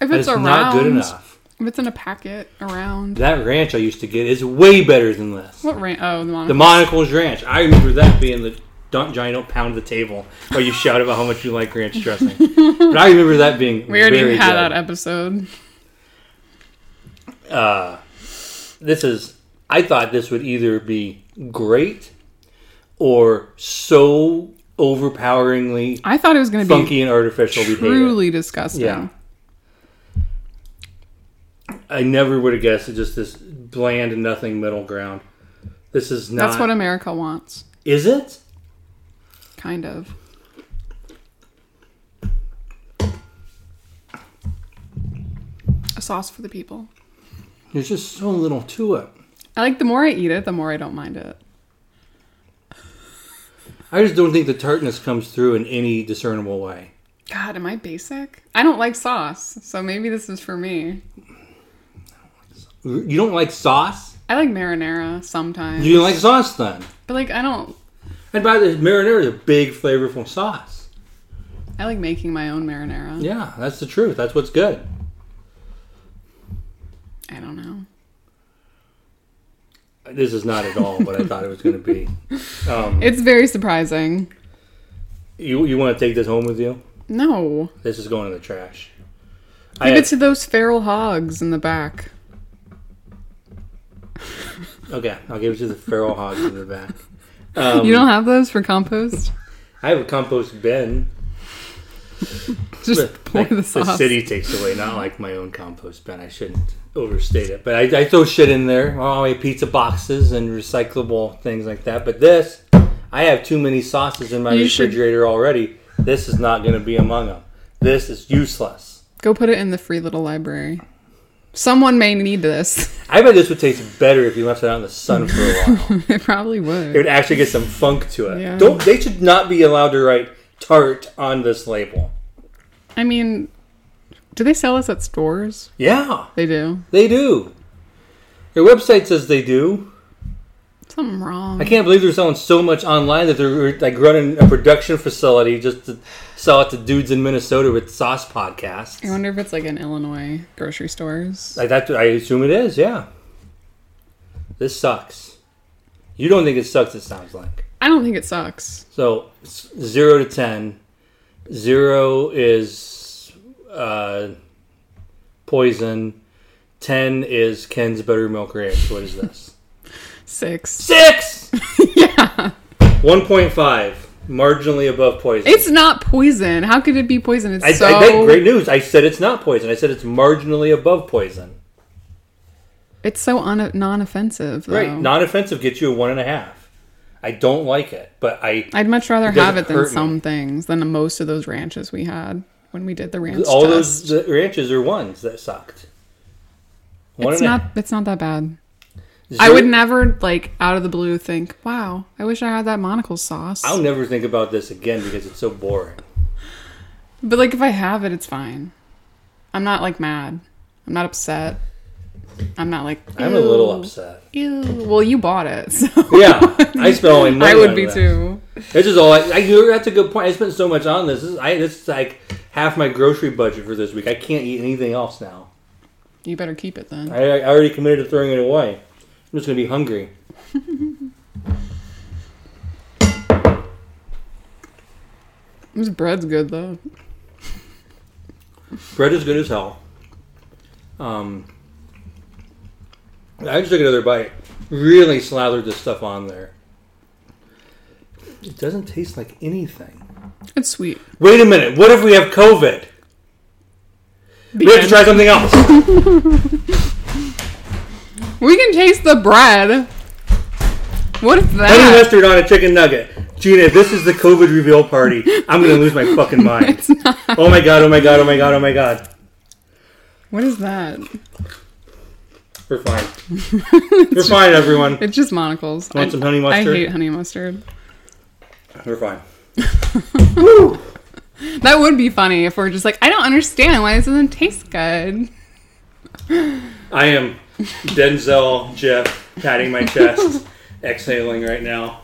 B: If
A: And
B: it's,
A: it's
B: around,
A: not good enough
B: If it's in a packet around.
A: That ranch I used to get is way better than this.
B: What ran? Oh, the
A: The
B: Monocles.
A: Monocles Ranch. I remember that being the don't giant don't pound the table while you shout about how much you like ranch dressing. but I remember that being
B: we already
A: very
B: had that
A: good.
B: episode.
A: This is I thought this would either be great or so overpoweringly
B: I thought it was going to be
A: funky and artificial we hated.
B: truly disgusting.
A: Yeah. I never would have guessed it just this bland and nothing middle ground. This is not
B: That's what America wants,
A: Is it?
B: kind of. A sauce for the people.
A: There's just so little to it.
B: I like the more I eat it, the more I don't mind it.
A: I just don't think the tartness comes through in any discernible way.
B: God, am I basic? I don't like sauce, so maybe this is for me.
A: You don't like sauce?
B: I like marinara sometimes.
A: You don't like sauce then?
B: But like I don't
A: And by the marinara is a big flavorful sauce.
B: I like making my own marinara.
A: Yeah, that's the truth. That's what's good.
B: I don't know.
A: This is not at all what I thought it was going to be. Um,
B: It's very surprising.
A: you you want to take this home with you?
B: No.
A: This is going in the trash. I
B: Give
A: had-
B: it to those feral hogs in the back.
A: okay, I'll give it to the feral hogs in the back. Um,
B: you don't have those for compost?
A: I have a compost bin.
B: Just pour
A: Like,
B: the sauce.
A: city takes away, not like my own compost bin. I shouldn't overstate it, but I, I throw shit in there. All my pizza boxes and recyclable things like that. But this, I have too many sauces in my
B: You should-
A: refrigerator already. This is not going to be among them. This is useless.
B: Go put it in the free little library. Someone may need this.
A: I bet this would taste better if you left it out in the sun for a while.
B: it probably
A: it
B: would.
A: would actually get some funk to it.
B: Yeah.
A: Don't they should not be allowed to write tart on this label.
B: I mean, do they sell this at stores?
A: Yeah,
B: They do.
A: they do. Their website says they do.
B: Something wrong.
A: I can't believe they're selling so much online that they're like running a production facility just to sell it to dudes in Minnesota with sauce podcasts.
B: I wonder if it's like in Illinois grocery stores.
A: Like that, I assume it is. Yeah. This sucks. You don't think it sucks? It sounds like
B: I don't think it sucks.
A: so s- zero to ten. Zero is uh, poison. Ten is Ken's buttermilk ranch. What is this?
B: Six.
A: Six.
B: yeah.
A: One point five, marginally above poison.
B: It's not poison. How could it be poison? It's
A: I,
B: so.
A: I think great news. I said it's not poison. I said it's marginally above poison.
B: It's so un- non-offensive. Though.
A: Right, non-offensive gets you a one and a half. I don't like it, but I
B: I'd much rather
A: It
B: have
A: doesn't
B: it than
A: hurt me.
B: some things than most of those ranches we had when we did the ranch
A: all
B: test.
A: those the ranches are ones that sucked. One
B: it's
A: and a-
B: not. It's not that bad. I
A: zero-
B: would never like out of the blue think, "Wow, I wish I had that monocle sauce."
A: I'll never think about this again because it's so boring.
B: But like if I have it, it's fine. I'm not like mad. I'm not upset. I'm not like
A: I'm a little
B: "Ew,
A: upset.
B: Ew. Well, you bought it, so
A: Yeah, I spent all my money.
B: I would
A: on
B: be
A: this.
B: too.
A: This is all. I, I, you're- that's a good point. I spent so much on this. This is, I, this is like half my grocery budget for this week. I can't eat anything else now.
B: You better keep it then.
A: I, I already committed to throwing it away. I'm just gonna be hungry.
B: This bread's good though.
A: Bread is good as hell. Um, I just took another bite. Really slathered this stuff on there. It doesn't taste like anything.
B: It's sweet.
A: Wait a minute. What if we have COVID?
B: The
A: We have to
B: end.
A: try something else.
B: We can taste the bread. What if
A: Honey
B: that?
A: mustard on a chicken nugget. Gina, if this is the COVID reveal party, I'm gonna lose my fucking mind.
B: It's not.
A: Oh my god! Oh my god! Oh my god! Oh my god!
B: What is that?
A: We're fine. We're fine, everyone.
B: It's just monocles.
A: Want
B: I-
A: some honey
B: I
A: mustard?
B: hate honey mustard.
A: We're fine.
B: That would be funny if we're just like, I don't understand why this doesn't taste good.
A: I am Denzel Jeff patting my chest, exhaling right now.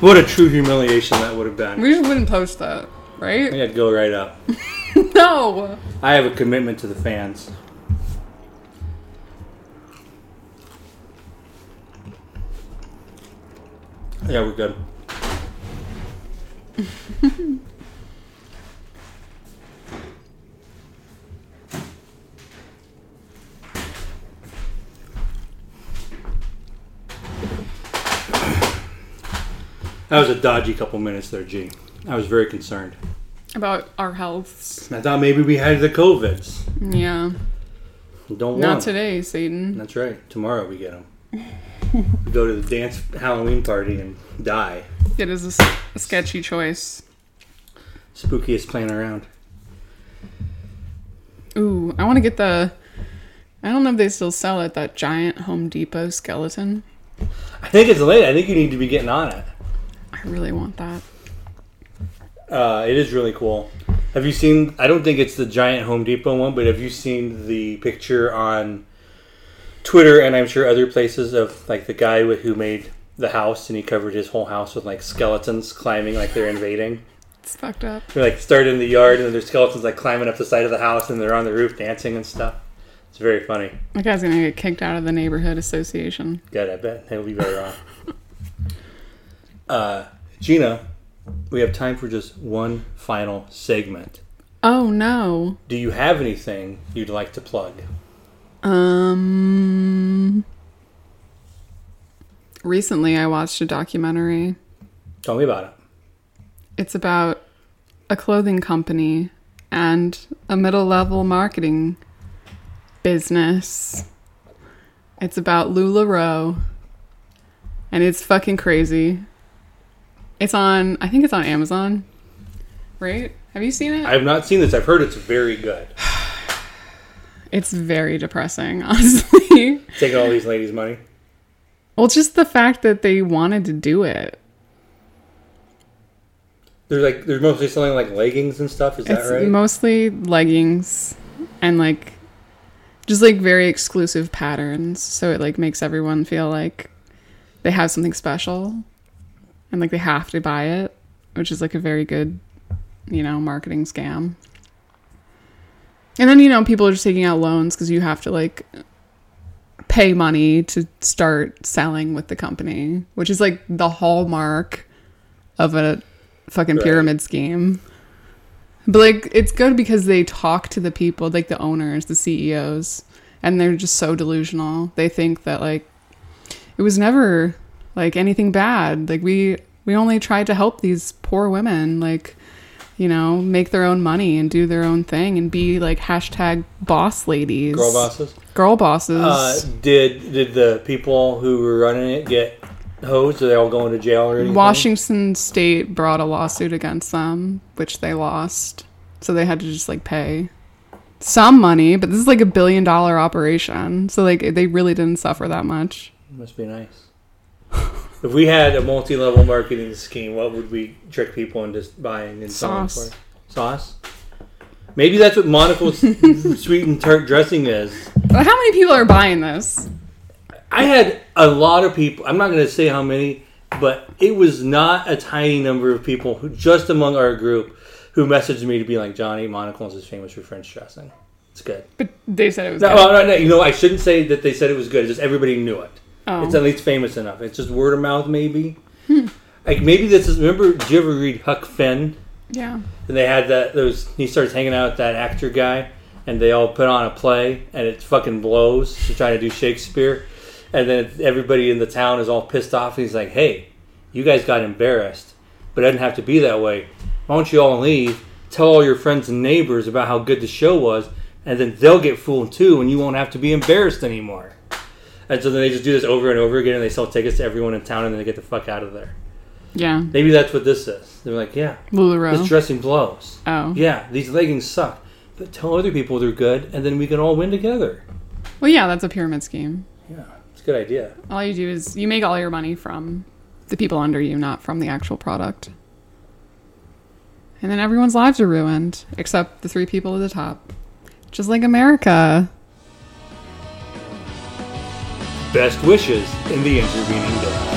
A: What a true humiliation that would have been.
B: We wouldn't post that,
A: I
B: right?
A: gotta go right up.
B: No.
A: I have a commitment to the fans. Yeah, we're good. That was a dodgy couple minutes there, G. I was very concerned.
B: About our healths.
A: I thought maybe we had the COVIDs.
B: Yeah.
A: Don't
B: Not
A: want 'em.
B: today, Satan.
A: That's right. Tomorrow we get them. Go to the dance Halloween party and die.
B: It is a, s- a sketchy choice.
A: Spookiest plan around.
B: Ooh, I want to get the. I don't know if they still sell it, that giant Home Depot skeleton.
A: I think it's late. I think you need to be getting on it.
B: I really want that.
A: Uh, it is really cool. Have you seen? I don't think it's the giant Home Depot one, but have you seen the picture on Twitter and I'm sure other places of like the guy with- who made the house and he covered his whole house with like skeletons climbing like they're invading.
B: It's fucked up.
A: They like start in the yard and then there's skeletons like climbing up the side of the house and they're on the roof dancing and stuff. It's very funny.
B: That guy's gonna get kicked out of the neighborhood association.
A: Good, I bet he'll be better off. Uh, Gina, we have time for just one final segment.
B: Oh no.
A: Do you have anything you'd like to plug?
B: Um. Recently, I watched a documentary.
A: Tell me about it.
B: It's about a clothing company and a middle level marketing business. It's about LuLaRoe. And it's fucking crazy. It's on, I think it's on Amazon, right? Have you seen it?
A: I have not seen this. I've heard it's very good.
B: It's very depressing, honestly.
A: Taking all these ladies' money.
B: well, just the fact that they wanted to do it.
A: They're like they're mostly selling like leggings and stuff. Is that
B: it's
A: right?
B: mostly leggings and like just like very exclusive patterns. So it like makes everyone feel like they have something special and like they have to buy it, which is like a very good, you know, marketing scam. And then, you know, people are just taking out loans because you have to like pay money to start selling with the company, which is like the hallmark of a fucking
A: Right.
B: pyramid scheme. But like it's good because they talk to the people, like the owners, the CEOs, and they're just so delusional. They think that like it was never like anything bad. Like we we only tried to help these poor women like you know, make their own money and do their own thing and be like hashtag boss ladies.
A: Girl bosses.
B: Girl bosses.
A: Uh, did did the people who were running it get hosed? Are they all going to jail or anything?
B: Washington State brought a lawsuit against them, which they lost. So they had to just like pay some money, but this is like a billion dollar operation. So like they really didn't suffer that much.
A: Must be nice. if we had a multi-level marketing scheme, what would we trick people into buying and selling
B: Sauce.
A: for? Sauce. Maybe that's what Monaco's sweet and tart dressing is.
B: But how many people are buying this?
A: I had a lot of people. I'm not going to say how many, but it was not a tiny number of people who just among our group who messaged me to be like Johnny Monocles is famous for French dressing. It's good.
B: But they said it was
A: No, uh,
B: good.
A: no, no, no. You know, I shouldn't say that they said it was good. It's just everybody knew it.
B: Oh.
A: It's at least famous enough. It's just word of mouth, maybe. Like maybe this is. Remember, did you ever read Huck Finn?
B: yeah.
A: And they had that. Those he starts hanging out with that actor guy, and they all put on a play, and it fucking blows. They're trying to do Shakespeare, and then everybody in the town is all pissed off. And he's like, "Hey, you guys got embarrassed, but it doesn't have to be that way. Why don't you all leave? Tell all your friends and neighbors about how good the show was, and then they'll get fooled too, and you won't have to be embarrassed anymore." And so then they just do this over and over again, and they sell tickets to everyone in town, and then they get the fuck out of there.
B: Yeah.
A: Maybe that's what this is. They're like, "Yeah, this
B: LuLaRoe.
A: dressing blows."
B: Oh.
A: Yeah, these leggings suck. But tell other people they're good, and then we can all win together.
B: Well, yeah, that's a pyramid scheme.
A: Yeah, it's a good idea.
B: All you do is you make all your money from the people under you, not from the actual product. And then everyone's lives are ruined, except the three people at the top. Just like America.
A: Best wishes in the intervening day.